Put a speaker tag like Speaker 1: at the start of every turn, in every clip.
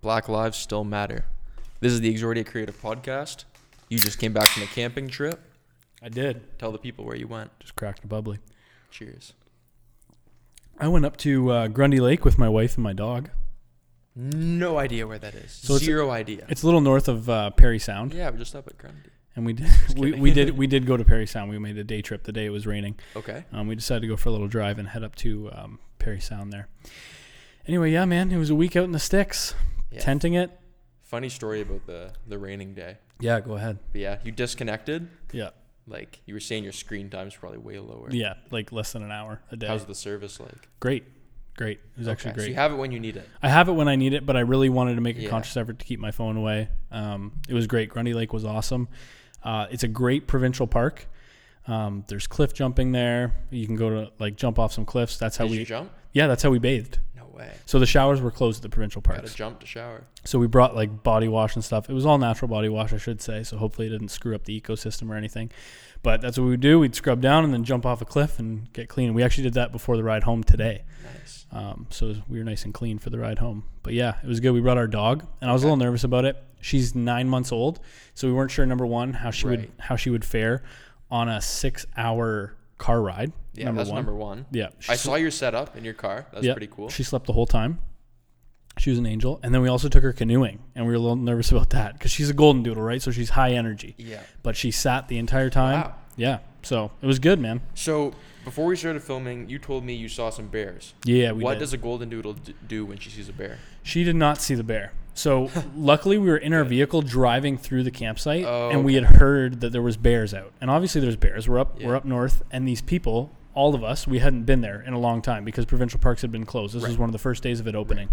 Speaker 1: Black lives still matter. This is the Exordia Creative Podcast. You just came back from a camping trip.
Speaker 2: I did.
Speaker 1: Tell the people where you went.
Speaker 2: Just cracked a bubbly.
Speaker 1: Cheers.
Speaker 2: I went up to uh, Grundy Lake with my wife and my dog.
Speaker 1: No idea where that is.
Speaker 2: So it's-
Speaker 1: Zero idea.
Speaker 2: It's a little north of uh, Perry Sound,
Speaker 1: Yeah, we're just up at Grundy.
Speaker 2: and we did we,
Speaker 1: kidding.
Speaker 2: we did we did go to Perry Sound. We made a day trip the day it was raining.
Speaker 1: Okay.
Speaker 2: Um, we decided to go for a little drive and head up to um, Perry Sound there. Anyway, yeah, man, it was a week out in the sticks,
Speaker 1: Yeah.
Speaker 2: tenting it.
Speaker 1: Funny story about the the raining day.
Speaker 2: Yeah, go ahead.
Speaker 1: But yeah, you disconnected.
Speaker 2: Yeah,
Speaker 1: Like you were saying, your screen time's probably way lower.
Speaker 2: yeah, like less than an hour a day.
Speaker 1: How's the service like?
Speaker 2: great, great. It was actually
Speaker 1: Okay,
Speaker 2: great.
Speaker 1: So you have it when you need it.
Speaker 2: I have it when I need it, but I really wanted to make a
Speaker 1: Yeah.
Speaker 2: conscious effort to keep my phone away. Um, it was great. Grundy Lake was awesome. Uh, it's a great provincial park. Um, there's cliff jumping there. You can go to like jump off some cliffs. That's how
Speaker 1: Did
Speaker 2: we
Speaker 1: you jump?
Speaker 2: yeah, that's how we bathed.
Speaker 1: No way.
Speaker 2: So the showers were closed at the provincial
Speaker 1: Got to
Speaker 2: parks.
Speaker 1: jump to shower.
Speaker 2: So we brought like body wash and stuff. It was all natural body wash, I should say. So hopefully it didn't screw up the ecosystem or anything. But that's what we would do. We'd scrub down and then jump off a cliff and get clean. And we actually did that before the ride home today.
Speaker 1: Nice.
Speaker 2: Um, so it was- we were nice and clean for the ride home. But yeah, it was good. We brought our dog, and I was a little nervous about it. She's nine months old, so we weren't sure number one how she would
Speaker 1: Right.
Speaker 2: how she would fare on a six hour car ride.
Speaker 1: Yeah, that's number one.
Speaker 2: Yeah, she
Speaker 1: I saw your setup in your car. That was
Speaker 2: yeah,
Speaker 1: pretty cool.
Speaker 2: She slept the whole time. She was an angel, and then we also took her canoeing, and we were a little nervous about that because she's a golden doodle, right? So she's high energy,
Speaker 1: Yeah.
Speaker 2: but she sat the entire time.
Speaker 1: Wow.
Speaker 2: Yeah, so it was good, man.
Speaker 1: So before we started filming, you told me you saw some bears.
Speaker 2: Yeah, we
Speaker 1: what
Speaker 2: did.
Speaker 1: does a golden doodle d- do when she sees a bear?
Speaker 2: She did not see the bear. So luckily, we were in our vehicle driving through the campsite,
Speaker 1: Oh,
Speaker 2: and we had heard that there was bears out. And obviously, there's bears. We're up, we're
Speaker 1: Yeah.
Speaker 2: up north, and these people, all of us, we hadn't been there in a long time because provincial parks had been closed. This was one of the first days of it opening,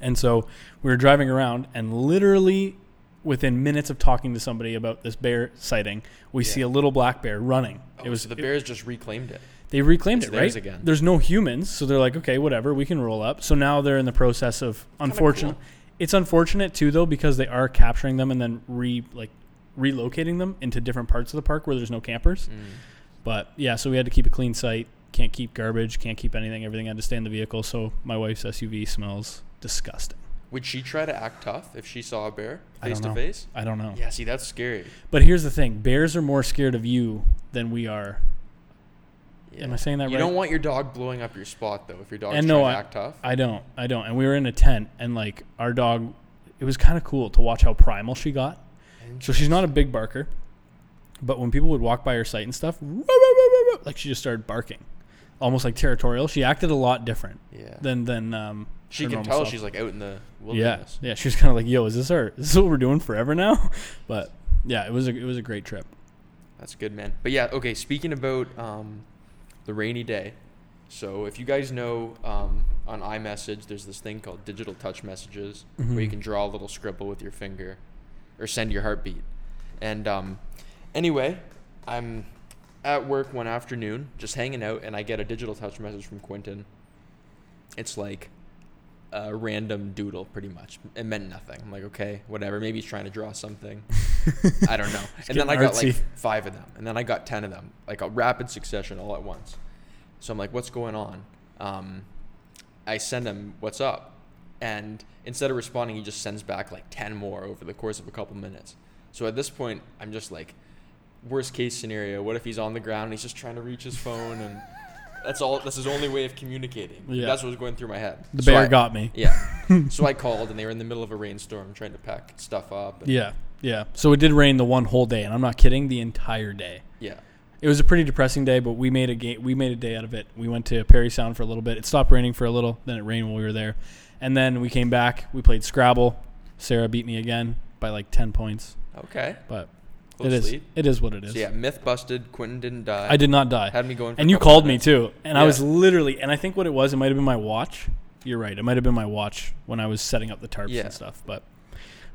Speaker 2: and so we were driving around, and literally within minutes of talking to somebody about this bear sighting, we see a little black bear running. it was
Speaker 1: Oh, so the bears just reclaimed it.
Speaker 2: they reclaimed
Speaker 1: It's
Speaker 2: it, right?
Speaker 1: theirs again.
Speaker 2: There's no humans, so they're like, okay, whatever, we can roll up. So now they're in the process of unfortunate.
Speaker 1: cool.
Speaker 2: It's unfortunate too, though, because they are capturing them and then re like relocating them into different parts of the park where there's no campers.
Speaker 1: Mm.
Speaker 2: But yeah, so we had to keep a clean site. Can't keep garbage. Can't keep anything. Everything had to stay in the vehicle. So my wife's SUV smells disgusting.
Speaker 1: Would she try to act tough if she saw a bear
Speaker 2: I
Speaker 1: face
Speaker 2: don't
Speaker 1: to
Speaker 2: know.
Speaker 1: face?
Speaker 2: I don't know.
Speaker 1: Yeah, see, that's scary.
Speaker 2: But here's the thing: bears are more scared of you than we are.
Speaker 1: Yeah.
Speaker 2: Am I saying that
Speaker 1: you
Speaker 2: right?
Speaker 1: don't want your dog blowing up your spot though. If your dog's
Speaker 2: And
Speaker 1: trying
Speaker 2: no,
Speaker 1: to
Speaker 2: I-
Speaker 1: act tough,
Speaker 2: I don't. I don't. And we were in a tent, and like our dog, it was kind of cool to watch how primal she got. So she's not a big barker, but when people would walk by her site and stuff, "Woo, woo, woo, woo, woo," like she just started barking, almost like territorial. She acted a lot different
Speaker 1: yeah,
Speaker 2: than than um.
Speaker 1: she
Speaker 2: her
Speaker 1: can
Speaker 2: normal
Speaker 1: tell
Speaker 2: self.
Speaker 1: she's like out in the
Speaker 2: yeah,
Speaker 1: wilderness.
Speaker 2: yeah. She was kind of like, "Yo, is this our? Is this what we're doing forever now?" But yeah, it was a it was a great trip.
Speaker 1: That's good, man. But yeah, okay. Speaking about um, the rainy day, so if you guys know um, on iMessage, there's this thing called digital touch messages where you
Speaker 2: Mhm.
Speaker 1: can draw a little scribble with your finger, or send your heartbeat. And um, anyway, I'm at work one afternoon, just hanging out, and I get a digital touch message from Quentin. It's like a random doodle, pretty much. It meant nothing. I'm like, okay, whatever. Maybe he's trying to draw something. I don't know. and then I
Speaker 2: getting
Speaker 1: got like
Speaker 2: artsy.
Speaker 1: five of them, and then I got ten of them, like a rapid succession all at once. So I'm like, what's going on? Um, I send him, what's up? And instead of responding, he just sends back like ten more over the course of a couple minutes. So at this point, I'm just like, worst case scenario. What if he's on the ground and he's just trying to reach his phone and. That's all. That's his only way of communicating.
Speaker 2: Yeah.
Speaker 1: That's what was going through my head.
Speaker 2: The
Speaker 1: So
Speaker 2: bear
Speaker 1: I-
Speaker 2: got me.
Speaker 1: yeah. so I called, and they were in the middle of a rainstorm trying to pack stuff up. and-
Speaker 2: Yeah, yeah. So it did rain the one whole day, and I'm not kidding. The entire day.
Speaker 1: yeah.
Speaker 2: It was a pretty depressing day, but we made a ga- we made a day out of it. We went to Perry Sound for a little bit. It stopped raining for a little, then it rained when we were there, and then we came back. We played Scrabble. Sarah beat me again by like ten points,
Speaker 1: Okay.
Speaker 2: but
Speaker 1: Close
Speaker 2: it is
Speaker 1: lead.
Speaker 2: it is what it is.
Speaker 1: So yeah, myth busted. Quentin didn't die.
Speaker 2: I did not die.
Speaker 1: Had me going. For
Speaker 2: and
Speaker 1: a
Speaker 2: you
Speaker 1: couple
Speaker 2: called me
Speaker 1: minutes.
Speaker 2: too, and I
Speaker 1: Yeah.
Speaker 2: was literally, and I think what it was, it might have been my watch. You're right. It might have been my watch when I was setting up the tarps
Speaker 1: Yeah.
Speaker 2: and stuff, but.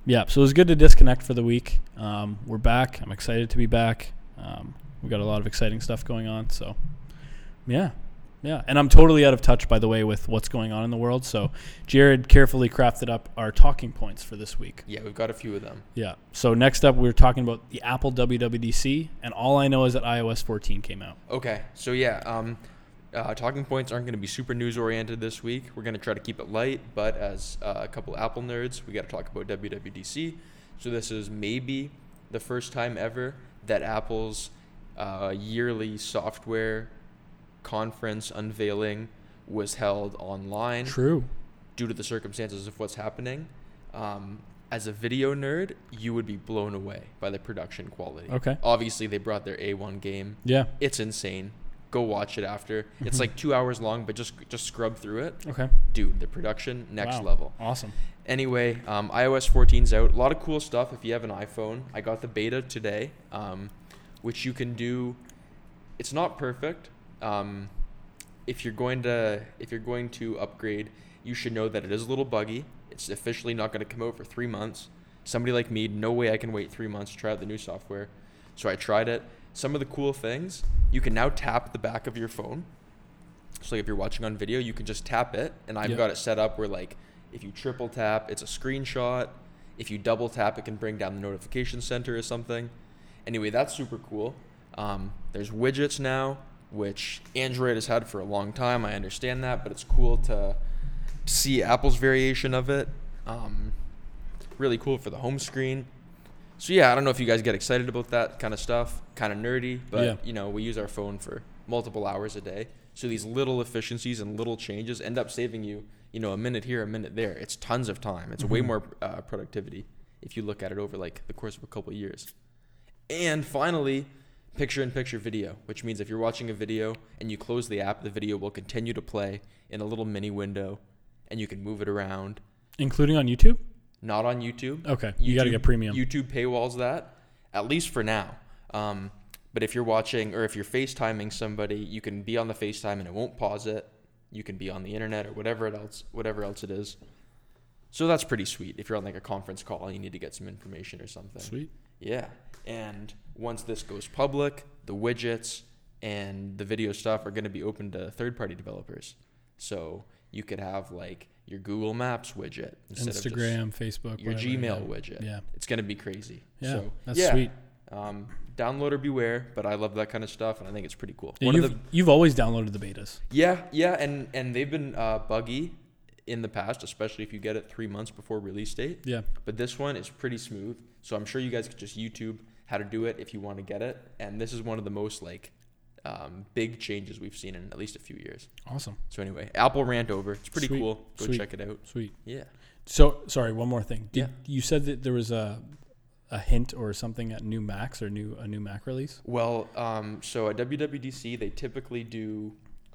Speaker 2: Yeah, so it was good to disconnect for the week. Um, we're back. I'm excited to be back. Um, we got a lot of exciting stuff going on. So, yeah, yeah. And I'm totally out of touch, by the way, with what's going on in the world. So, Jared carefully crafted up our talking points for this week.
Speaker 1: Yeah, we've got a few of them.
Speaker 2: Yeah. So next up, we were talking about the Apple WWDC, and all I know is that iOS 14 came out.
Speaker 1: Okay. So yeah, um, Uh, talking points aren't going to be super news oriented this week. We're going to try to keep it light, but as uh, a couple Apple nerds, we got to talk about WWDC. So this is maybe the first time ever that Apple's uh, yearly software conference unveiling was held online
Speaker 2: True.
Speaker 1: due to the circumstances of what's happening. Um, as a video nerd, you would be blown away by the production quality.
Speaker 2: Okay.
Speaker 1: Obviously, they brought their A1 game.
Speaker 2: Yeah.
Speaker 1: It's insane. Go watch it after. It's like two hours long, but just just scrub through it,
Speaker 2: Okay.
Speaker 1: dude. The production next
Speaker 2: Wow.
Speaker 1: level.
Speaker 2: Awesome.
Speaker 1: Anyway, um, iOS 14's out. A lot of cool stuff if you have an iPhone. I got the beta today, um, which you can do. It's not perfect. Um, if you're going to if you're going to upgrade, you should know that it is a little buggy. It's officially not going to come out for three months. Somebody like me, no way I can wait three months to try out the new software. So I tried it. Some of the cool things you can now tap the back of your phone. So like if you're watching on video, you can just tap it, and I've
Speaker 2: Yeah.
Speaker 1: got it set up where like if you triple tap, it's a screenshot. If you double tap, it can bring down the notification center or something. Anyway, that's super cool. Um, there's widgets now, which Android has had for a long time. I understand that, but it's cool to see Apple's variation of it. Um, really cool for the home screen. So yeah, I don't know if you guys get excited about that kind of stuff, kind of nerdy, but
Speaker 2: Yeah.
Speaker 1: you know, we use our phone for multiple hours a day. So these little efficiencies and little changes end up saving you, you know, a minute here, a minute there. It's tons of time. It's way more uh, productivity if you look at it over like the course of a couple of years. And finally, picture-in-picture video, which means if you're watching a video and you close the app, the video will continue to play in a little mini window, and you can move it around.
Speaker 2: Including on YouTube?
Speaker 1: Not on YouTube.
Speaker 2: Okay. You got to
Speaker 1: YouTube-
Speaker 2: get premium.
Speaker 1: YouTube paywalls that, at least for now. Um, but if you're watching or if you're FaceTiming somebody, you can be on the FaceTime and it won't pause it. You can be on the internet or whatever it else, whatever else it is. So that's pretty sweet. If you're on like a conference call and you need to get some information or something.
Speaker 2: Sweet.
Speaker 1: Yeah. And once this goes public, the widgets and the video stuff are going to be open to third party developers. So you could have like your Google Maps widget just
Speaker 2: Instagram, Facebook,
Speaker 1: your
Speaker 2: whatever,
Speaker 1: Gmail
Speaker 2: yeah.
Speaker 1: widget.
Speaker 2: Yeah.
Speaker 1: It's going to be crazy.
Speaker 2: Yeah,
Speaker 1: so,
Speaker 2: that's
Speaker 1: yeah.
Speaker 2: sweet.
Speaker 1: Um, downloader beware, but I love that kind of stuff and I think it's pretty cool.
Speaker 2: Yeah,
Speaker 1: One of
Speaker 2: you've,
Speaker 1: the
Speaker 2: you've always downloaded the betas.
Speaker 1: Yeah, yeah, and and they've been uh, buggy in the past, especially if you get it 3 months before release date.
Speaker 2: Yeah.
Speaker 1: But this one is pretty smooth. So I'm sure you guys could just YouTube how to do it if you want to get it. And this is one of the most like um, big changes we've seen in at least a few years.
Speaker 2: Awesome.
Speaker 1: So anyway, Apple rant over. It's pretty
Speaker 2: Sweet,
Speaker 1: cool. Go
Speaker 2: sweet.
Speaker 1: check it out.
Speaker 2: Sweet.
Speaker 1: Yeah.
Speaker 2: So, sorry, one more thing. Did,
Speaker 1: Yeah.
Speaker 2: You said that there was a a hint or something at new Macs or new a new Mac release?
Speaker 1: Well, um, so at WWDC, they typically do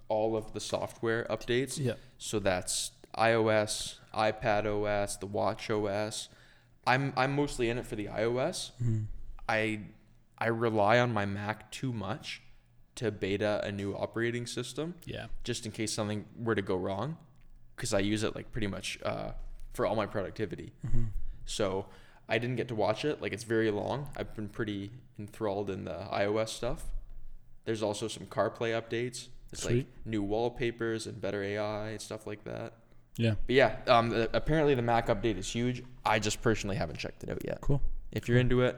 Speaker 1: all of the software updates.
Speaker 2: Yeah.
Speaker 1: So that's iOS, iPad OS, the Watch OS. I'm I'm mostly in it for the iOS. I I rely on my Mac too much to beta a new operating system
Speaker 2: Yeah.
Speaker 1: just in case something were to go wrong because I use it like pretty much uh, for all my productivity.
Speaker 2: Mm-hmm.
Speaker 1: So I didn't get to watch it. Like it's very long. I've been pretty enthralled in the iOS stuff. There's also some CarPlay updates. It's like
Speaker 2: Sweet.
Speaker 1: new wallpapers and better AI and stuff like that.
Speaker 2: Yeah.
Speaker 1: But yeah, um, the, apparently the Mac update is huge. I just personally haven't checked it out yet.
Speaker 2: Cool.
Speaker 1: If you're into it,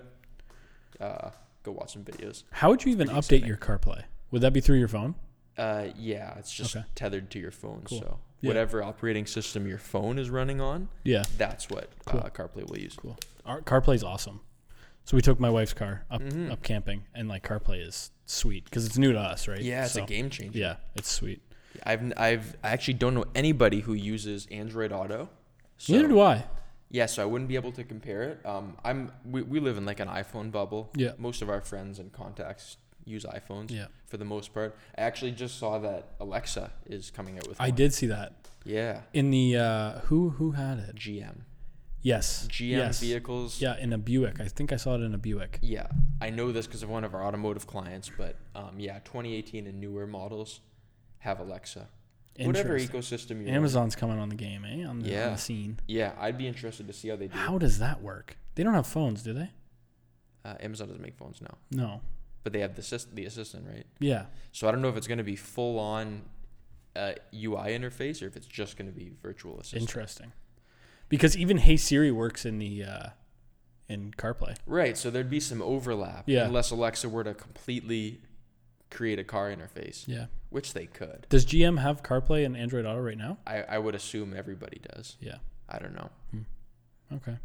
Speaker 1: uh, go watch some videos.
Speaker 2: How would you even update
Speaker 1: exciting.
Speaker 2: your CarPlay? Would that be through your phone?
Speaker 1: Uh, yeah, it's just
Speaker 2: Okay.
Speaker 1: tethered to your phone.
Speaker 2: Cool.
Speaker 1: So
Speaker 2: Yeah.
Speaker 1: whatever operating system your phone is running on,
Speaker 2: Yeah.
Speaker 1: that's what
Speaker 2: Cool.
Speaker 1: uh, CarPlay will use.
Speaker 2: Cool. Our CarPlay's awesome. So we took my wife's car up
Speaker 1: Mhm.
Speaker 2: up camping, and like CarPlay is sweet because it's new to us, right?
Speaker 1: Yeah, it's
Speaker 2: So-
Speaker 1: a game changer.
Speaker 2: Yeah, it's sweet.
Speaker 1: I've n- I've I actually don't know anybody who uses Android Auto. So,
Speaker 2: Neither do I.
Speaker 1: Yeah, so I wouldn't be able to compare it. Um, I'm we, we live in like an iPhone bubble.
Speaker 2: Yeah.
Speaker 1: Most of our friends and contacts use iPhones
Speaker 2: Yeah.
Speaker 1: for the most part. I actually just saw that Alexa is coming out with
Speaker 2: I
Speaker 1: one.
Speaker 2: did see that
Speaker 1: Yeah.
Speaker 2: in the uh, who who had it?
Speaker 1: GM.
Speaker 2: Yes.
Speaker 1: GM
Speaker 2: yes.
Speaker 1: vehicles.
Speaker 2: Yeah, in a Buick. I think I saw it in a Buick.
Speaker 1: Yeah, I know this because of one of our automotive clients, but um, yeah, 2018 and newer models have Alexa. Whatever
Speaker 2: Interesting.
Speaker 1: ecosystem you're in.
Speaker 2: Amazon's coming on the game, eh? On the, on
Speaker 1: Yeah.
Speaker 2: the scene.
Speaker 1: Yeah, I'd be interested to see how they do.
Speaker 2: How does that work? They don't have phones, do they?
Speaker 1: Uh, Amazon doesn't make phones now,
Speaker 2: No.
Speaker 1: but they have the assist- the assistant, right?
Speaker 2: Yeah.
Speaker 1: So I don't know if it's going to be full on uh, UI interface or if it's just going to be virtual assistant.
Speaker 2: Interesting. Because even Hey Siri works in the uh, in CarPlay.
Speaker 1: right, so there'd be some overlap
Speaker 2: Yeah.
Speaker 1: unless Alexa were to completely create a car interface,
Speaker 2: Yeah.
Speaker 1: which they could.
Speaker 2: Does GM have CarPlay and Android Auto right now?
Speaker 1: I, I would assume everybody does.
Speaker 2: Yeah.
Speaker 1: I don't know.
Speaker 2: Okay.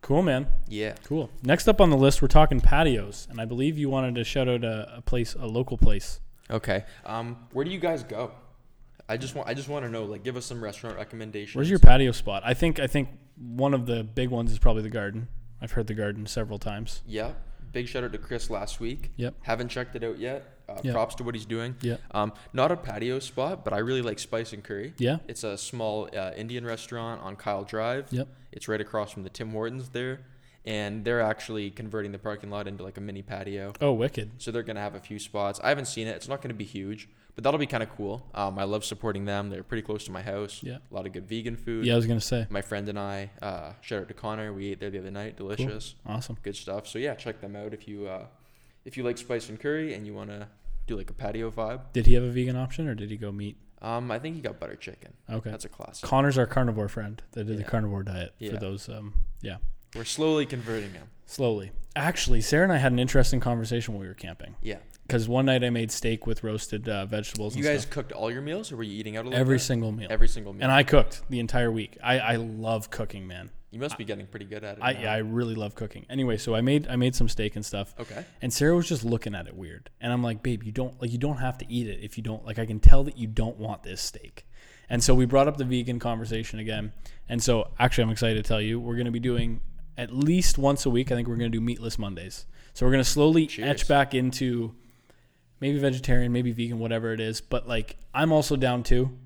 Speaker 2: Cool, man.
Speaker 1: Yeah.
Speaker 2: Cool. Next up on the list, we're talking patios, and I believe you wanted to shout out a, a place, a local place.
Speaker 1: Okay. Um, where do you guys go? I just want I just want to know. Like, give us some restaurant recommendations.
Speaker 2: Where's your patio spot? I think I think one of the big ones is probably the garden. I've heard the garden several times.
Speaker 1: Yeah. Big shout out to Chris last week.
Speaker 2: Yep.
Speaker 1: Haven't checked it out yet. Uh,
Speaker 2: Yeah.
Speaker 1: Props to what he's doing.
Speaker 2: Yeah.
Speaker 1: Um, not a patio spot, but I really like Spice and Curry.
Speaker 2: Yeah.
Speaker 1: It's a small uh, Indian restaurant on Kyle Drive.
Speaker 2: Yep.
Speaker 1: It's right across from the Tim Hortons there, and they're actually converting the parking lot into like a mini patio.
Speaker 2: Oh, wicked.
Speaker 1: So they're gonna have a few spots. I haven't seen it. It's not gonna be huge, but that'll be kind of cool. Um, I love supporting them. They're pretty close to my house.
Speaker 2: Yeah.
Speaker 1: A lot of good vegan food.
Speaker 2: Yeah, I was gonna say.
Speaker 1: My friend and I, uh, shout out to Connor. We ate there the other night. Delicious,
Speaker 2: Awesome.
Speaker 1: good stuff. So yeah, check them out if you uh, if you like spice and curry and you wanna do like a patio vibe.
Speaker 2: Did he have a vegan option or did he go meat?
Speaker 1: Um, I think he got butter chicken.
Speaker 2: Okay.
Speaker 1: That's a classic.
Speaker 2: Connor's our carnivore friend that did
Speaker 1: Yeah.
Speaker 2: the carnivore diet
Speaker 1: Yeah.
Speaker 2: for those. Um, yeah.
Speaker 1: We're slowly converting him.
Speaker 2: Slowly. Actually, Sarah and I had an interesting conversation when we were camping
Speaker 1: Yeah.
Speaker 2: because one night I made steak with roasted uh, vegetables.
Speaker 1: You
Speaker 2: and
Speaker 1: guys
Speaker 2: stuff.
Speaker 1: cooked all your meals, or were you eating out a lot?
Speaker 2: every single meal.
Speaker 1: every single meal.
Speaker 2: and I cooked the entire week. I, I love cooking, man.
Speaker 1: you must be getting pretty good at it.
Speaker 2: I
Speaker 1: now.
Speaker 2: yeah, I really love cooking. Anyway, so I made I made some steak and stuff.
Speaker 1: Okay.
Speaker 2: And Sarah was just looking at it weird. And I'm like, "Babe, you don't like you don't have to eat it if you don't like I can tell that you don't want this steak." And so we brought up the vegan conversation again. And so actually I'm excited to tell you we're going to be doing at least once a week. I think we're going to do meatless Mondays. So we're going to slowly
Speaker 1: Cheers.
Speaker 2: etch back into maybe vegetarian, maybe vegan, whatever it is. But like, I'm also down too.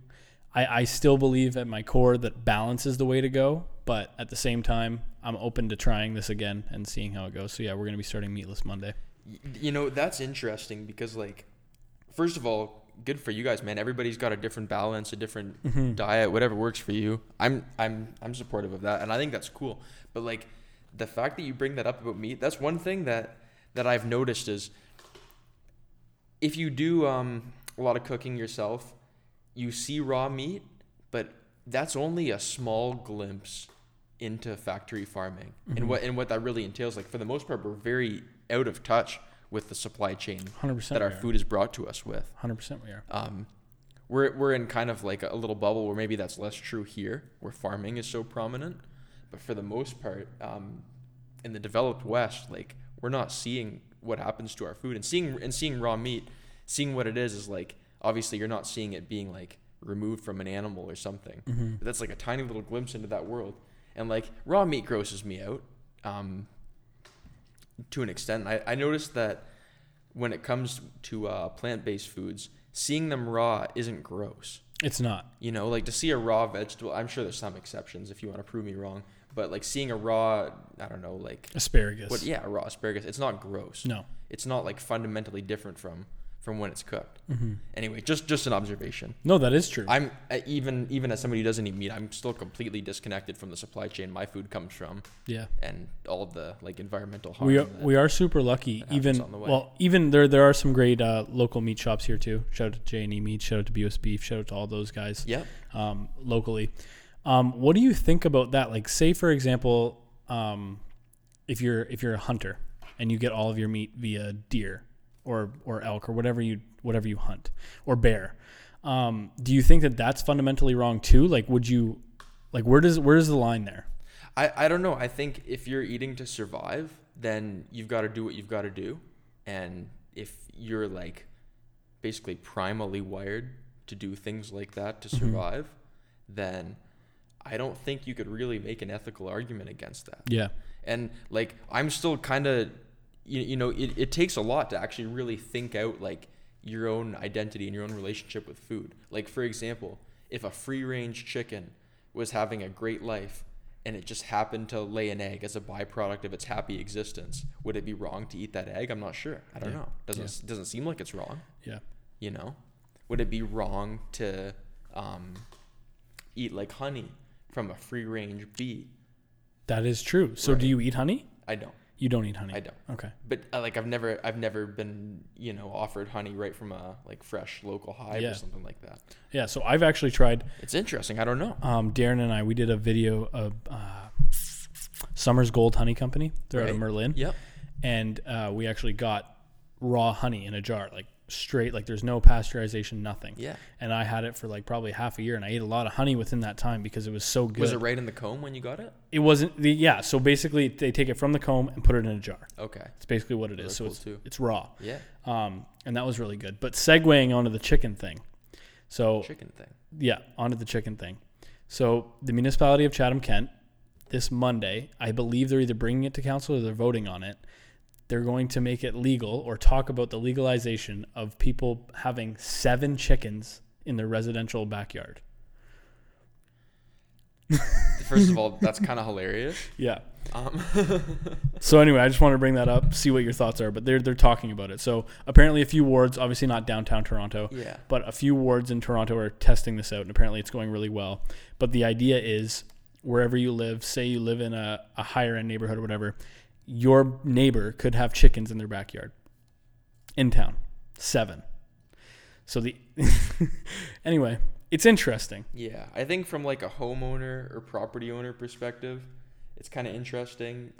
Speaker 2: I, I still believe at my core that balance is the way to go. But at the same time, I'm open to trying this again and seeing how it goes. So yeah, we're gonna be starting Meatless Monday.
Speaker 1: Y- You know, that's interesting because, like, first of all, good for you guys, man. Everybody's got a different balance, a different diet, whatever works for you. I'm, I'm, I'm supportive of that, and I think that's cool. But like, the fact that you bring that up about meat, that's one thing that that I've noticed is if you do um, a lot of cooking yourself, you see raw meat, but that's only a small glimpse into factory farming and what and what that really entails. Like for the most part, we're very out of touch with the supply chain
Speaker 2: 100%
Speaker 1: that our
Speaker 2: we are.
Speaker 1: food is brought to us with.
Speaker 2: 100% we are.
Speaker 1: Um, we're we're in kind of like a little bubble where maybe that's less true here, where farming is so prominent, but for the most part, um, in the developed West, like we're not seeing what happens to our food and seeing and seeing raw meat, seeing what it is is like obviously you're not seeing it being like removed from an animal or something, but that's like a tiny little glimpse into that world, and like raw meat grosses me out. Um, to an extent. I, I noticed that when it comes to uh, plant based foods, seeing them raw isn't gross.
Speaker 2: It's not.
Speaker 1: You know, like to see a raw vegetable, I'm sure there's some exceptions if you want to prove me wrong, but like seeing a raw, I don't know, like,
Speaker 2: Asparagus.
Speaker 1: what, yeah, a raw asparagus, it's not gross.
Speaker 2: No.
Speaker 1: It's not like fundamentally different from from when it's cooked.
Speaker 2: Mm-hmm.
Speaker 1: Anyway, just just an observation.
Speaker 2: No, that is true.
Speaker 1: I'm uh, even even as somebody who doesn't eat meat, I'm still completely disconnected from the supply chain my food comes from
Speaker 2: yeah.
Speaker 1: and all the like environmental harm.
Speaker 2: We are,
Speaker 1: that-
Speaker 2: we are super lucky.
Speaker 1: happens
Speaker 2: Even
Speaker 1: on the way.
Speaker 2: well, even there there are some great uh, local meat shops here too. Shout out to J and E Meat. Shout out to BUS Beef. Shout out to all those guys.
Speaker 1: Yep.
Speaker 2: um, locally. Um, what do you think about that? Like, say for example, um, if you're if you're a hunter and you get all of your meat via deer or or elk or whatever you whatever you hunt or bear, um, do you think that that's fundamentally wrong too? Like, would you like where does where is the line there?
Speaker 1: I, I don't know. I think if you're eating to survive, then you've got to do what you've got to do. And if you're like basically primally wired to do things like that to survive, then I don't think you could really make an ethical argument against that.
Speaker 2: Yeah,
Speaker 1: And like, I'm still kind of, you, you know, it, it takes a lot to actually really think out like your own identity and your own relationship with food. Like, for example, if a free range chicken was having a great life and it just happened to lay an egg as a byproduct of its happy existence, would it be wrong to eat that egg? I'm not sure. I don't know. Doesn't s doesn't seem like it's wrong
Speaker 2: yeah,
Speaker 1: you know would it be wrong to um, eat like honey from a free range bee
Speaker 2: that is true. So, do you eat honey?
Speaker 1: i don't
Speaker 2: You don't eat honey.
Speaker 1: i don't
Speaker 2: Okay.
Speaker 1: but uh, like i've never i've never been you know offered honey right from a like fresh local hive
Speaker 2: Yeah.
Speaker 1: or something like that
Speaker 2: Yeah. So I've actually tried.
Speaker 1: it's interesting i don't know
Speaker 2: um, Darren and I, we did a video of uh, Summer's Gold Honey Company. They're out of
Speaker 1: Right.
Speaker 2: Merlin.
Speaker 1: yep
Speaker 2: And uh, we actually got raw honey in a jar, like straight. Like there's no pasteurization, nothing.
Speaker 1: Yeah.
Speaker 2: And I had it for like probably half a year, and I ate a lot of honey within that time because it was so good.
Speaker 1: Was it right in the comb when you got it?
Speaker 2: It wasn't the yeah. So basically, they take it from the comb and put it in a jar.
Speaker 1: Okay.
Speaker 2: It's basically what it is.
Speaker 1: Those are
Speaker 2: So
Speaker 1: cool
Speaker 2: it's
Speaker 1: too.
Speaker 2: it's raw.
Speaker 1: Yeah.
Speaker 2: Um, and that was really good. But segueing onto the chicken thing. So
Speaker 1: Chicken thing.
Speaker 2: yeah, onto the chicken thing. So the municipality of Chatham Kent this Monday, I believe they're either bringing it to council or they're voting on it. They're going to make it legal or talk about the legalization of people having seven chickens in their residential backyard.
Speaker 1: First of all, that's kind of hilarious.
Speaker 2: Yeah.
Speaker 1: Um,
Speaker 2: So anyway, I just want to bring that up, see what your thoughts are. But they're they're talking about it. So apparently, a few wards, obviously not downtown Toronto,
Speaker 1: yeah.
Speaker 2: but a few wards in Toronto are testing this out, and apparently it's going really well. But the idea is wherever you live, say you live in a, a higher end neighborhood or whatever, your neighbor could have chickens in their backyard in town. Seven. So the anyway, it's interesting.
Speaker 1: Yeah, I think from like a homeowner or property owner perspective, it's kind of interesting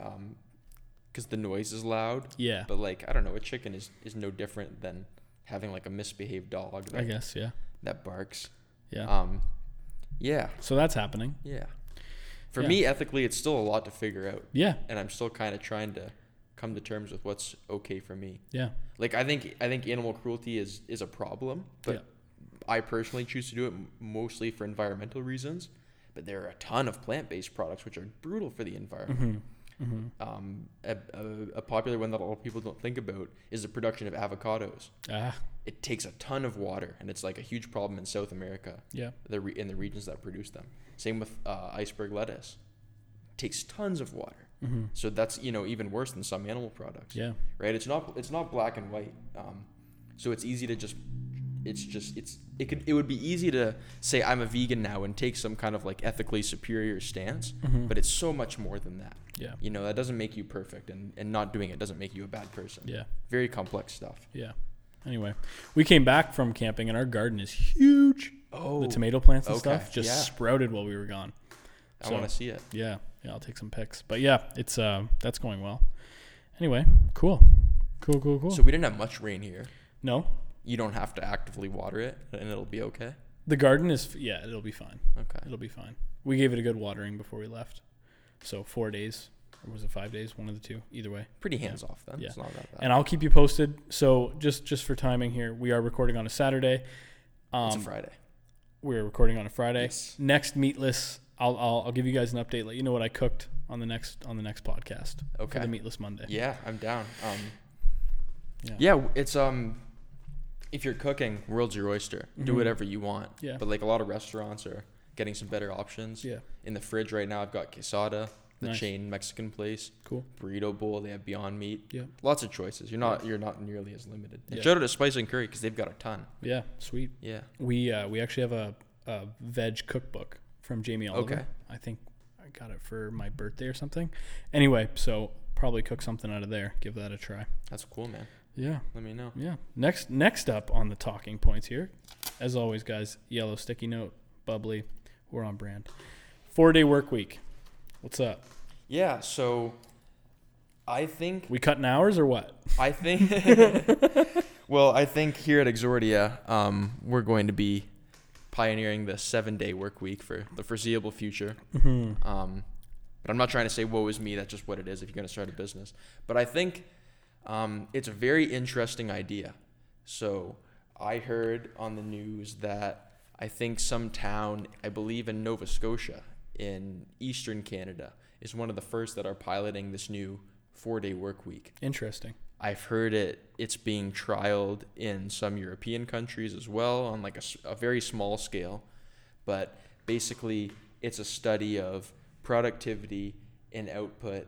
Speaker 1: because the noise is loud.
Speaker 2: Yeah,
Speaker 1: But like, I don't know, a chicken is, is no different than having like a misbehaved dog
Speaker 2: I
Speaker 1: that,
Speaker 2: guess. Yeah,
Speaker 1: that barks.
Speaker 2: yeah.
Speaker 1: Um, yeah,
Speaker 2: so that's happening.
Speaker 1: yeah. For
Speaker 2: Yeah.
Speaker 1: me, ethically, it's still a lot to figure out,
Speaker 2: Yeah,
Speaker 1: and I'm still kind of trying to come to terms with what's okay for me.
Speaker 2: yeah,
Speaker 1: Like, I think I think animal cruelty is is a problem, but
Speaker 2: Yeah.
Speaker 1: I personally choose to do it m- mostly for environmental reasons. But there are a ton of plant-based products which are brutal for the environment.
Speaker 2: hmm hmm
Speaker 1: Um, a, a, a popular one that a lot of people don't think about is the production of avocados.
Speaker 2: Ah,
Speaker 1: It takes a ton of water, and it's like a huge problem in South America,
Speaker 2: yeah,
Speaker 1: the re- in the regions that produce them. Same with uh, iceberg lettuce. takes tons of water,
Speaker 2: hmm
Speaker 1: so that's you know even worse than some animal products
Speaker 2: yeah,
Speaker 1: right? It's not it's not black and white, um, so it's easy to just it's just it's it could it would be easy to say I'm a vegan now and take some kind of like ethically superior stance,
Speaker 2: Mhm.
Speaker 1: but it's so much more than that.
Speaker 2: yeah,
Speaker 1: You know that doesn't make you perfect, and and not doing it doesn't make you a bad person.
Speaker 2: yeah.
Speaker 1: Very complex stuff.
Speaker 2: Yeah. Anyway, we came back from camping and our garden is huge.
Speaker 1: Oh,
Speaker 2: the tomato plants and
Speaker 1: okay,
Speaker 2: stuff just
Speaker 1: yeah.
Speaker 2: sprouted while we were gone.
Speaker 1: I want to see it.
Speaker 2: Yeah, yeah, I'll take some pics. But yeah, it's uh, that's going well. Anyway, cool, cool, cool, cool.
Speaker 1: So we didn't have much rain here.
Speaker 2: no,
Speaker 1: You don't have to actively water it, and it'll be okay.
Speaker 2: the garden is yeah, it'll be fine.
Speaker 1: Okay.
Speaker 2: It'll be fine. We gave it a good watering before we left, so four days or was it five days? One of the two. Either way.
Speaker 1: Pretty hands off then.
Speaker 2: Yeah.
Speaker 1: It's not that bad.
Speaker 2: And I'll keep you posted. So just just for timing here, we are recording on a Saturday. Um,
Speaker 1: it's a Friday.
Speaker 2: we're recording on a Friday.
Speaker 1: Yes.
Speaker 2: Next meatless, I'll, I'll I'll give you guys an update. Let you know what I cooked on the next on the next podcast for
Speaker 1: Okay.
Speaker 2: the meatless Monday.
Speaker 1: Yeah, I'm down. Um,
Speaker 2: Yeah.
Speaker 1: yeah. it's um, if you're cooking, world's your oyster. Do
Speaker 2: Mhm.
Speaker 1: whatever you want.
Speaker 2: Yeah.
Speaker 1: But like a lot of restaurants are getting some better options.
Speaker 2: Yeah.
Speaker 1: In the fridge right now, I've got quesada, the
Speaker 2: Nice.
Speaker 1: chain Mexican place,
Speaker 2: Cool.
Speaker 1: burrito bowl. They have Beyond Meat.
Speaker 2: Yeah.
Speaker 1: Lots of choices. You're not you're not nearly as limited. And
Speaker 2: Yeah.
Speaker 1: Shout out to Spice and Curry because they've got a ton.
Speaker 2: Yeah. Sweet.
Speaker 1: Yeah.
Speaker 2: We uh, we actually have a, a veg cookbook from Jamie Oliver.
Speaker 1: Okay.
Speaker 2: I think I got it for my birthday or something. Anyway, so probably cook something out of there. Give that a try.
Speaker 1: That's cool, man.
Speaker 2: Yeah.
Speaker 1: Let me know.
Speaker 2: Yeah. Next next up on the talking points here, as always, guys, yellow sticky note, bubbly, we're on brand. Four day work week. What's up?
Speaker 1: Yeah. So, I think
Speaker 2: We cutting hours or what?
Speaker 1: I think. well, I think here at Exordia, um, we're going to be pioneering the seven-day work week for the foreseeable future. Um, but I'm not trying to say "woe is me." That's just what it is. If you're going to start a business, but I think um, it's a very interesting idea. So I heard on the news that I think some town, I believe in Nova Scotia in eastern Canada, is one of the first that are piloting this new four-day work week.
Speaker 2: Interesting.
Speaker 1: I've heard it it's being trialed in some European countries as well on like a s- a, very small scale, but basically it's a study of productivity and output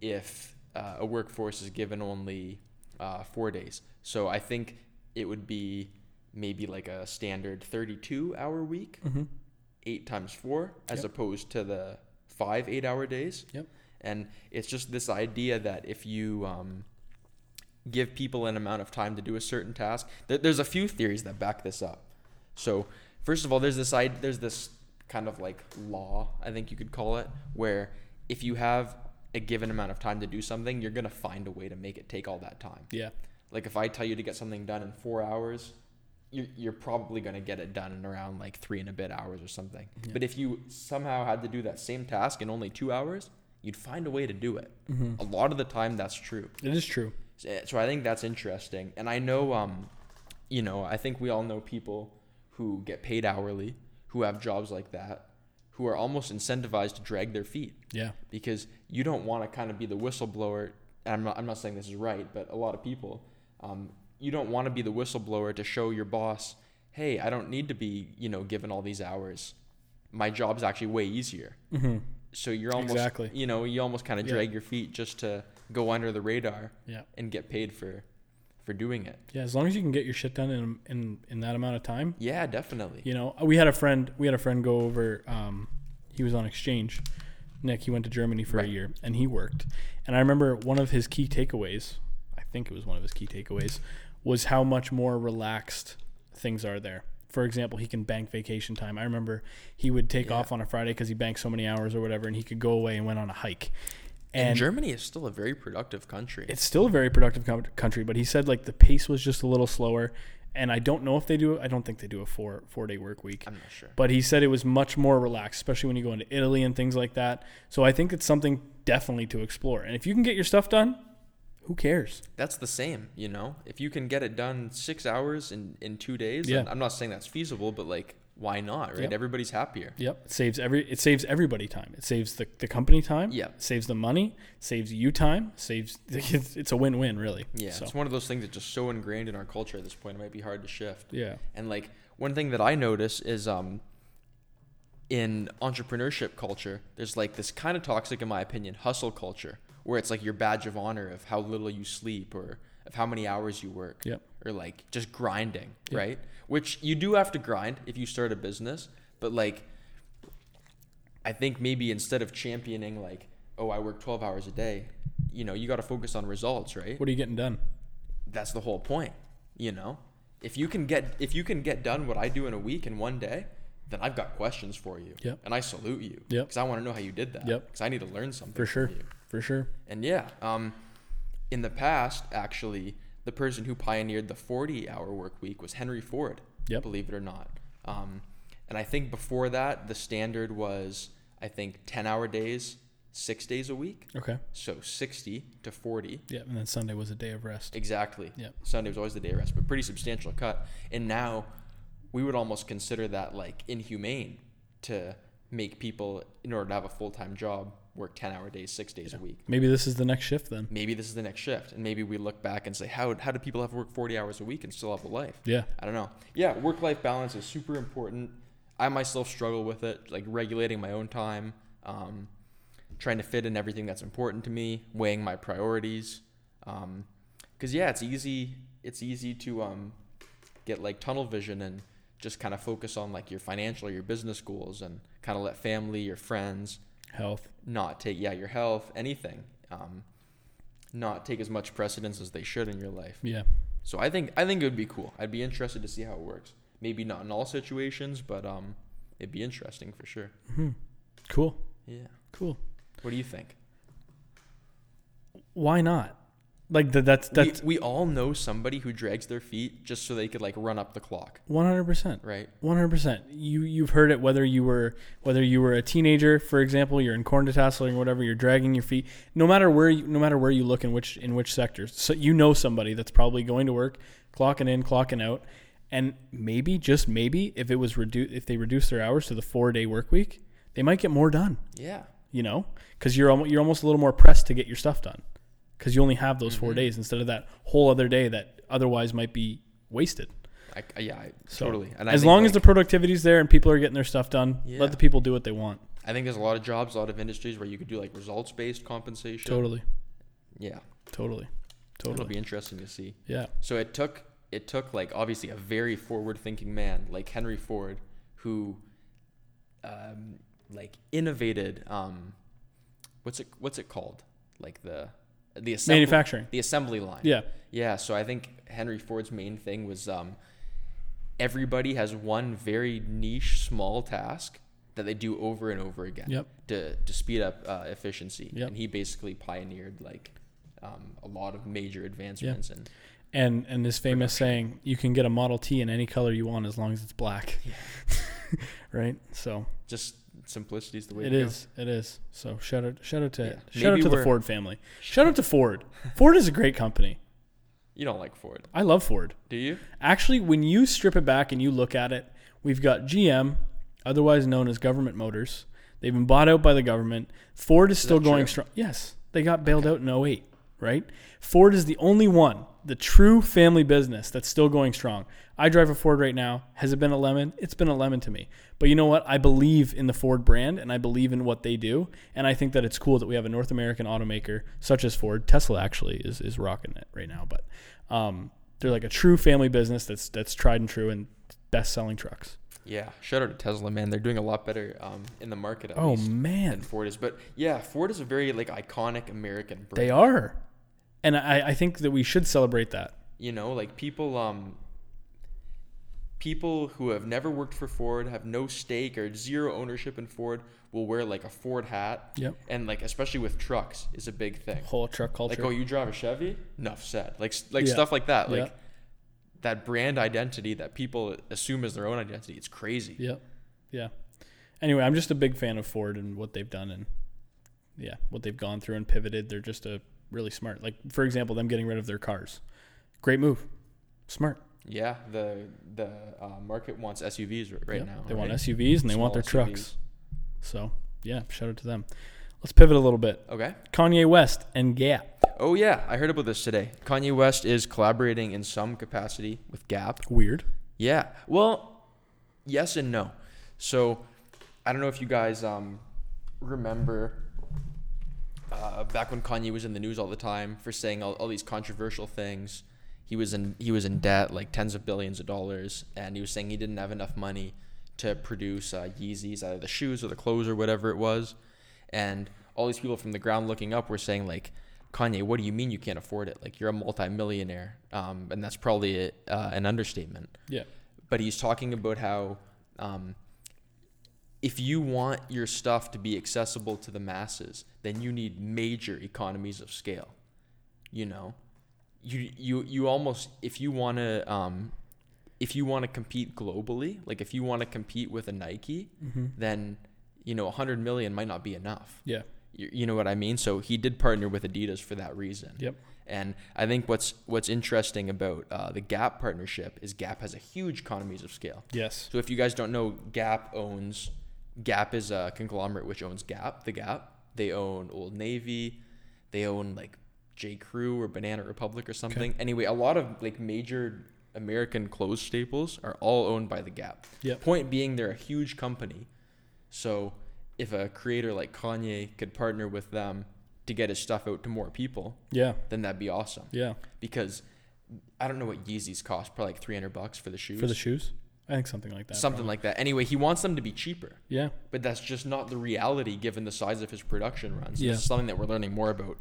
Speaker 1: if uh, a workforce is given only uh, four days. So I think it would be maybe like a standard 32 hour week,
Speaker 2: Mhm.
Speaker 1: eight times four, as
Speaker 2: Yep.
Speaker 1: opposed to the five eight hour days.
Speaker 2: Yep.
Speaker 1: And it's just this idea that if you um, give people an amount of time to do a certain task, th- there's a few theories that back this up. So first of all, there's this I- there's this kind of like law I think you could call it where if you have a given amount of time to do something, you're gonna find a way to make it take all that time.
Speaker 2: Yeah.
Speaker 1: Like if I tell you to get something done in four hours, you're, you're probably going to get it done in around like three and a bit hours or something.
Speaker 2: Yeah.
Speaker 1: But if you somehow had to do that same task in only two hours, you'd find a way to do it.
Speaker 2: Mhm.
Speaker 1: A lot of the time, that's true.
Speaker 2: It is true.
Speaker 1: So eh, so I think that's interesting. And I know, um, you know, I think we all know people who get paid hourly, who have jobs like that, who are almost incentivized to drag their feet
Speaker 2: Yeah.
Speaker 1: because you don't want to kind of be the whistleblower. And I'm not, I'm not saying this is right, but a lot of people, um, you don't want to be the whistleblower to show your boss, hey, I don't need to be, you know, given all these hours. My job's actually way easier.
Speaker 2: Mm-hmm.
Speaker 1: So you're almost,
Speaker 2: Exactly.
Speaker 1: you know, you almost kind of
Speaker 2: Yeah.
Speaker 1: drag your feet just to go under the radar
Speaker 2: Yeah.
Speaker 1: and get paid for, for doing it.
Speaker 2: Yeah. As long as you can get your shit done in in in that amount of time,
Speaker 1: Yeah, definitely.
Speaker 2: You know, we had a friend. We had a friend go over. Um, he was on exchange. Nick, he went to Germany for
Speaker 1: Right.
Speaker 2: a year, and he worked. And I remember one of his key takeaways. I think it was one of his key takeaways was how much more relaxed things are there. For example, he can bank vacation time. I remember he would take
Speaker 1: Yeah.
Speaker 2: off on a Friday because he banked so many hours or whatever, and he could go away and went on a hike.
Speaker 1: And,
Speaker 2: And
Speaker 1: Germany is still a very productive country.
Speaker 2: it's still a very productive com- country, but he said like the pace was just a little slower. And I don't know if they do. I don't think they do a four four day work week.
Speaker 1: I'm not sure.
Speaker 2: But he said it was much more relaxed, especially when you go into Italy and things like that. So I think it's something definitely to explore. And if you can get your stuff done, who cares?
Speaker 1: that's the same, you know. If you can get it done six hours in in two days,
Speaker 2: Yeah.
Speaker 1: and I'm not saying that's feasible, but like, why not, right?
Speaker 2: Yep.
Speaker 1: Everybody's happier.
Speaker 2: Yep. It saves every it saves everybody time. It saves the, the company time.
Speaker 1: Yeah.
Speaker 2: Saves the money. Saves you time. Saves it's, it's a win win really.
Speaker 1: Yeah,
Speaker 2: So
Speaker 1: it's one of those things that's just so ingrained in our culture at this point. It might be hard to shift.
Speaker 2: yeah.
Speaker 1: And like one thing that I notice is, um, in entrepreneurship culture, there's like this kind of toxic, in my opinion, hustle culture, where it's like your badge of honor of how little you sleep or of how many hours you work.
Speaker 2: Yep.
Speaker 1: or like just grinding, right? Which you do have to grind if you start a business, but like I think maybe instead of championing like, oh, I work 12 hours a day, you know, you got to focus on results, right?
Speaker 2: What are you getting done?
Speaker 1: That's the whole point, you know? If you can get if you can get done what I do in a week in one day, then I've got questions for you.
Speaker 2: Yep.
Speaker 1: And I salute you.
Speaker 2: Yep.
Speaker 1: Cuz I want to know how you did that.
Speaker 2: Yep.
Speaker 1: Cuz I need to learn something
Speaker 2: For sure.
Speaker 1: from you.
Speaker 2: For sure.
Speaker 1: And yeah, um, in the past, actually, the person who pioneered the 40 hour work week was Henry Ford,
Speaker 2: Yep.
Speaker 1: believe it or not. Um, and I think before that, the standard was, I think, 10 hour days, six days a week.
Speaker 2: Okay.
Speaker 1: So 60 to 40.
Speaker 2: Yeah. And then Sunday was a day of rest.
Speaker 1: Exactly.
Speaker 2: Yep.
Speaker 1: Sunday was always the day of rest, but pretty substantial cut. And now we would almost consider that like inhumane to make people, in order to have a full time job, work 10 hour days, six days a week
Speaker 2: Maybe this is the next shift then.
Speaker 1: maybe this is the next shift and maybe we look back and say how, how do people have to work 40 hours a week and still have a life
Speaker 2: Yeah.
Speaker 1: i don't know yeah work-life balance is super important i myself struggle with it like regulating my own time um, trying to fit in everything that's important to me weighing my priorities because yeah it's easy it's easy to um, get like tunnel vision and just kind of focus on like your financial your business goals and kind of let family your friends
Speaker 2: Health.
Speaker 1: not take yeah your health anything um, not take as much precedence as they should in your life
Speaker 2: Yeah.
Speaker 1: so i think i think it would be cool i'd be interested to see how it works maybe not in all situations but um it'd be interesting for sure
Speaker 2: Cool.
Speaker 1: yeah
Speaker 2: Cool.
Speaker 1: what do you think
Speaker 2: Why not? Like th- that's
Speaker 1: we,
Speaker 2: that's
Speaker 1: we all know somebody who drags their feet just so they could like run up the clock
Speaker 2: one hundred percent.
Speaker 1: right
Speaker 2: One hundred percent. You you've heard it whether you were whether you were a teenager, for example, you're in corn to tassel or whatever, you're dragging your feet. No matter where you, no matter where you look in which in which sector, so you know somebody that's probably going to work, clocking in, clocking out, and maybe just maybe if it was redu- if they reduce their hours to the four day work week, they might get more done.
Speaker 1: yeah
Speaker 2: You know, because you're almost, you're almost a little more pressed to get your stuff done, because you only have those four
Speaker 1: Mm-hmm.
Speaker 2: days instead of that whole other day that otherwise might be wasted.
Speaker 1: I, I- yeah I,
Speaker 2: So,
Speaker 1: totally and I
Speaker 2: As
Speaker 1: think,
Speaker 2: long as
Speaker 1: like,
Speaker 2: the productivity's there and people are getting their stuff done,
Speaker 1: Yeah.
Speaker 2: let the people do what they want.
Speaker 1: i think there's a lot of jobs a lot of industries where you could do like results based compensation
Speaker 2: Totally,
Speaker 1: yeah
Speaker 2: totally,
Speaker 1: it'll
Speaker 2: totally.
Speaker 1: be interesting to see
Speaker 2: Yeah,
Speaker 1: So it took it took like obviously a very forward thinking man like Henry Ford who um, like innovated um, what's it what's it called like the the assembly,
Speaker 2: manufacturing.
Speaker 1: the assembly line
Speaker 2: Yeah,
Speaker 1: yeah so I think Henry Ford's main thing was um, everybody has one very niche small task that they do over and over again
Speaker 2: Yep.
Speaker 1: to to speed up uh, efficiency
Speaker 2: Yep.
Speaker 1: and he basically pioneered like um, a lot of major advancements and
Speaker 2: and and this famous saying, you can get a Model T in any color you want as long as it's black. right. So
Speaker 1: Just simplicity is the way
Speaker 2: it
Speaker 1: to go.
Speaker 2: is. It is. So shout out, shout out to,
Speaker 1: Yeah.
Speaker 2: shout out
Speaker 1: Maybe
Speaker 2: to the
Speaker 1: we're-
Speaker 2: Ford family. Shout out to Ford. Ford is a great company.
Speaker 1: You don't like Ford,
Speaker 2: I love Ford.
Speaker 1: do you?
Speaker 2: Actually, when you strip it back and you look at it, we've got GM, otherwise known as Government Motors. They've been bought out by the government. Ford is still
Speaker 1: that
Speaker 2: going
Speaker 1: true?
Speaker 2: strong. Yes, they got bailed out in 08, right? Ford is the only one, the true family business that's still going strong. I drive a Ford right now. Has it been a lemon? It's been a lemon to me. But you know what? I believe in the Ford brand and I believe in what they do. And I think that it's cool that we have a North American automaker such as Ford. Tesla actually is, is rocking it right now. But um, they're like a true family business that's, that's tried and true and best selling trucks.
Speaker 1: Yeah. Shout out to Tesla, man. They're doing a lot better um, in the market at
Speaker 2: Oh,
Speaker 1: least
Speaker 2: man.
Speaker 1: than Ford is. But yeah, Ford is a very like iconic American brand.
Speaker 2: They are. And I, I think that we should celebrate that.
Speaker 1: you know like people um people who have never worked for ford have no stake or zero ownership in ford will wear like a ford hat
Speaker 2: Yep.
Speaker 1: and like especially with trucks is a big thing
Speaker 2: Whole truck culture.
Speaker 1: like oh you drive a chevy enough said like s- like
Speaker 2: Yeah.
Speaker 1: stuff like that like
Speaker 2: Yeah.
Speaker 1: that brand identity that people assume is their own identity it's crazy
Speaker 2: Yep. Yeah. Anyway, I'm just a big fan of Ford and what they've done and yeah, what they've gone through and pivoted. They're just a really smart. Like for example, them getting rid of their cars. Great move. Smart.
Speaker 1: yeah the the uh, market wants suvs r- right
Speaker 2: Yep.
Speaker 1: now
Speaker 2: They want
Speaker 1: right?
Speaker 2: SUVs and they
Speaker 1: Small
Speaker 2: want their
Speaker 1: SUVs.
Speaker 2: trucks. So yeah, shout out to them. Let's pivot a little bit.
Speaker 1: okay
Speaker 2: Kanye West and Gap.
Speaker 1: oh yeah i heard about this today kanye west is collaborating in some capacity with gap
Speaker 2: Weird.
Speaker 1: Yeah. Well, yes and no. So, I don't know if you guys um, remember uh, back when Kanye was in the news all the time for saying all, all these controversial things. He was in he was in debt like tens of billions of dollars, and he was saying he didn't have enough money to produce uh, Yeezys, either the shoes or the clothes or whatever it was. And all these people from the ground looking up were saying like, Kanye, what do you mean you can't afford it? Like you're a multimillionaire, um, and that's probably uh, an understatement
Speaker 2: Yeah.
Speaker 1: but he's talking about how um, if you want your stuff to be accessible to the masses, then you need major economies of scale. You know, you you you almost if you want to um, if you want to compete globally, like if you want to compete with a Nike, then you know 100 million might not be enough.
Speaker 2: Yeah.
Speaker 1: You, you know what I mean? So he did partner with Adidas for that reason.
Speaker 2: Yep.
Speaker 1: And I think what's what's interesting about uh, the Gap partnership is Gap has a huge economies of scale.
Speaker 2: Yes.
Speaker 1: So if you guys don't know, Gap owns Gap is a conglomerate which owns Gap, the Gap. They own Old Navy, they own like J Crew or Banana Republic or something. Anyway, a lot of like major American clothes staples are all owned by the Gap.
Speaker 2: Yep.
Speaker 1: Point being, they're a huge company. So if a creator like Kanye could partner with them to get his stuff out to more people,
Speaker 2: Yeah.
Speaker 1: then that'd be awesome.
Speaker 2: Yeah.
Speaker 1: Because I don't know what Yeezys cost, probably like 300 bucks for the shoes.
Speaker 2: For the shoes? I think something like that.
Speaker 1: something like that. Anyway, he wants them to be cheaper,
Speaker 2: Yeah.
Speaker 1: but that's just not the reality given the size of his production runs.
Speaker 2: Yeah.
Speaker 1: It's something that we're learning more about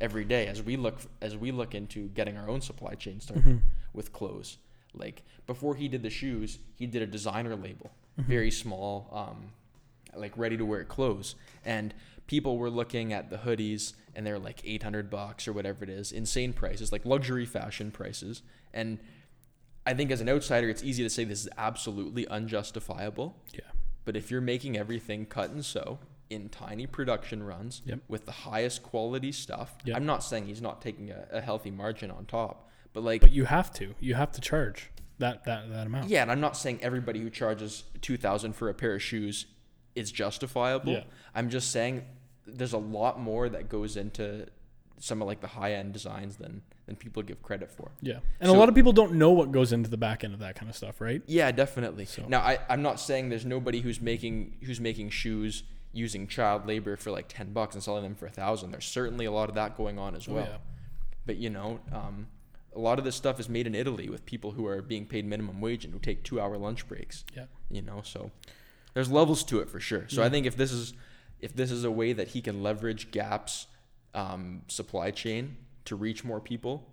Speaker 1: every day as we look as we look into getting our own supply chain started with clothes. Like before he did the shoes, he did a designer label, very small um, like ready to wear clothes and people were looking at the hoodies and they're like 800 bucks or whatever it is insane prices like luxury fashion prices and i think as an outsider it's easy to say this is absolutely unjustifiable
Speaker 2: Yeah.
Speaker 1: but if you're making everything cut and sew in tiny production runs
Speaker 2: Yep.
Speaker 1: with the highest quality stuff
Speaker 2: Yep.
Speaker 1: i'm not saying he's not taking a, a healthy margin on top but like
Speaker 2: But you have to. You have to charge that that, that amount.
Speaker 1: yeah, and I'm not saying everybody who charges two thousand for a pair of shoes is justifiable.
Speaker 2: Yeah.
Speaker 1: I'm just saying there's a lot more that goes into some of like the high end designs than than people give credit for.
Speaker 2: Yeah. And a
Speaker 1: So-
Speaker 2: lot of people don't know what goes into the back end of that kind of stuff, right?
Speaker 1: Yeah, definitely. Now I, I'm not saying there's nobody who's making who's making shoes using child labor for like ten bucks and selling them for a thousand. There's certainly a lot of that going on as well.
Speaker 2: Oh, yeah.
Speaker 1: But you know, um, a lot of this stuff is made in Italy with people who are being paid minimum wage and who take two hour lunch breaks.
Speaker 2: Yeah.
Speaker 1: you know so there's levels to it for sure so i think if this is if this is a way that he can leverage gaps um, supply chain to reach more people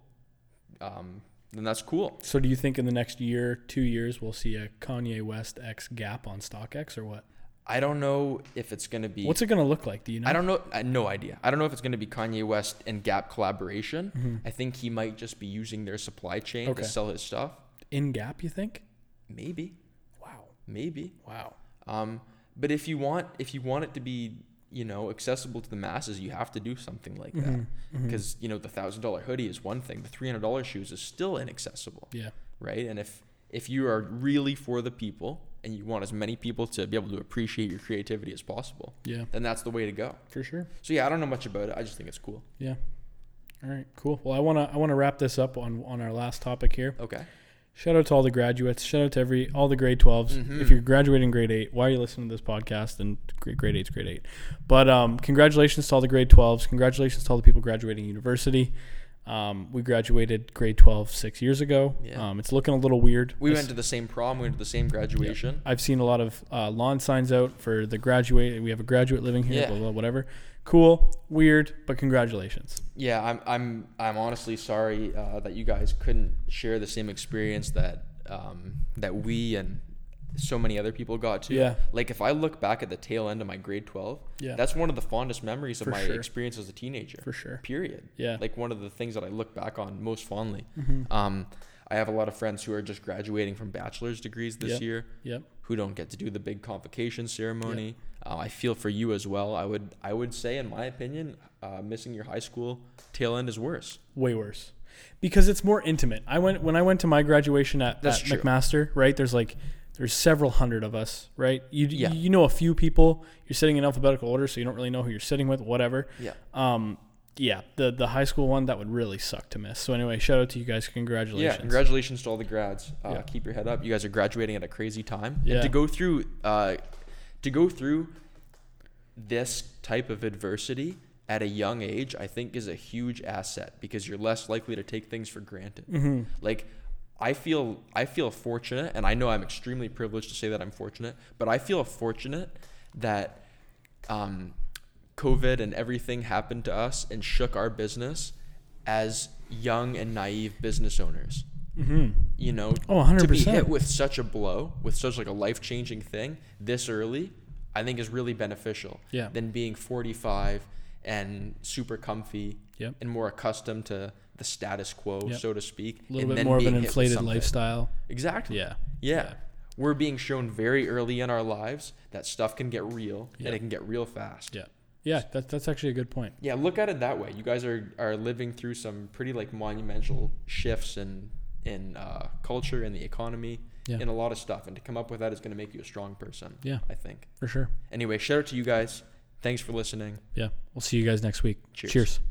Speaker 1: um, then that's cool
Speaker 2: So do you think in the next year, two years, we'll see a Kanye West X gap on StockX or what?
Speaker 1: I don't know if it's gonna be.
Speaker 2: What's it going to look like? Do you know?
Speaker 1: I don't know. I no idea. I don't know if it's going to be Kanye West and Gap collaboration. I think he might just be using their supply chain
Speaker 2: Okay.
Speaker 1: to sell his stuff.
Speaker 2: In Gap, you think?
Speaker 1: Maybe,
Speaker 2: Wow.
Speaker 1: maybe.
Speaker 2: Wow.
Speaker 1: Um, but if you want, if you want it to be, you know, accessible to the masses, you have to do something like that. Because you know, the thousand dollar hoodie is one thing. The three hundred dollar shoes is still inaccessible,
Speaker 2: Yeah.
Speaker 1: right? And if if you are really for the people and you want as many people to be able to appreciate your creativity as possible,
Speaker 2: Yeah.
Speaker 1: then that's the way to go.
Speaker 2: For sure.
Speaker 1: So yeah, I don't know much about it. I just think it's cool.
Speaker 2: Yeah. All right. Cool. Well, I want to I want to wrap this up on on our last topic here.
Speaker 1: Okay.
Speaker 2: Shout out to all the graduates. Shout out to every all the grade 12s.
Speaker 1: Mm-hmm.
Speaker 2: If you're graduating grade 8, why are you listening to this podcast and grade, grade 8's grade 8. But um, congratulations to all the grade 12s. Congratulations to all the people graduating university. Um, we graduated grade 12 6 years ago.
Speaker 1: Yeah.
Speaker 2: Um, it's looking a little weird.
Speaker 1: We
Speaker 2: This-
Speaker 1: went to the same prom. We went to the same graduation.
Speaker 2: I've seen a lot of uh, lawn signs out for the graduate. We have a graduate living here,
Speaker 1: Yeah.
Speaker 2: blah, blah, whatever. Cool, weird, but congratulations.
Speaker 1: Yeah, I'm I'm I'm honestly sorry uh, that you guys couldn't share the same experience that um, that we and so many other people got to.
Speaker 2: Yeah.
Speaker 1: Like if I look back at the tail end of my grade twelve,
Speaker 2: Yeah.
Speaker 1: that's one of the fondest memories of
Speaker 2: For
Speaker 1: my
Speaker 2: sure.
Speaker 1: experience as a teenager.
Speaker 2: For sure.
Speaker 1: Period.
Speaker 2: Yeah.
Speaker 1: Like one of the things that I look back on most fondly. Um, I have a lot of friends who are just graduating from bachelor's degrees this
Speaker 2: Yep.
Speaker 1: year
Speaker 2: Yep.
Speaker 1: who don't get to do the big convocation ceremony. Uh, I feel for you as well. I would I would say, in my opinion, uh, missing your high school tail end is worse.
Speaker 2: way worse because it's more intimate. I went when I went to my graduation at, at
Speaker 1: That's true.
Speaker 2: McMaster, right? There's like there's several hundred of us, right? You
Speaker 1: Yeah.
Speaker 2: you know a few people. You're sitting in alphabetical order, so you don't really know who you're sitting with, whatever.
Speaker 1: Yeah.
Speaker 2: Um, yeah, the the high school one that would really suck to miss. So anyway, shout out to you guys. Congratulations.
Speaker 1: Yeah. Congratulations to all the grads. Uh,
Speaker 2: Yeah.
Speaker 1: Keep your head up. You guys are graduating at a crazy time.
Speaker 2: Yeah.
Speaker 1: And to go through, uh, to go through this type of adversity at a young age, I think is a huge asset because you're less likely to take things for granted. Like I feel I feel fortunate and I know I'm extremely privileged to say that I'm fortunate, but I feel fortunate that um, COVID and everything happened to us and shook our business as young and naive business owners. Mm-hmm. You know,
Speaker 2: Oh, 100%.
Speaker 1: to be hit with such a blow, with such like a life changing thing this early, I think is really beneficial.
Speaker 2: Yeah.
Speaker 1: Than being 45 and super comfy
Speaker 2: Yep.
Speaker 1: and more accustomed to the status quo,
Speaker 2: Yep.
Speaker 1: so to speak.
Speaker 2: A little
Speaker 1: and
Speaker 2: bit
Speaker 1: then
Speaker 2: more of an
Speaker 1: being hit with
Speaker 2: inflated
Speaker 1: something.
Speaker 2: lifestyle.
Speaker 1: Exactly.
Speaker 2: Yeah.
Speaker 1: Yeah. We're being shown very early in our lives that stuff can get real
Speaker 2: Yeah.
Speaker 1: and it can get real fast.
Speaker 2: Yeah. Yeah, that, that's actually a good point.
Speaker 1: Yeah, look at it that way. You guys are, are living through some pretty like monumental shifts in in uh, culture and the economy
Speaker 2: Yeah.
Speaker 1: and a lot of stuff. And to come up with that is going to make you a strong person.
Speaker 2: Yeah.
Speaker 1: I think.
Speaker 2: For sure.
Speaker 1: Anyway, shout out to you guys. Thanks for listening.
Speaker 2: Yeah. We'll see you guys next week.
Speaker 1: Cheers.
Speaker 2: Cheers.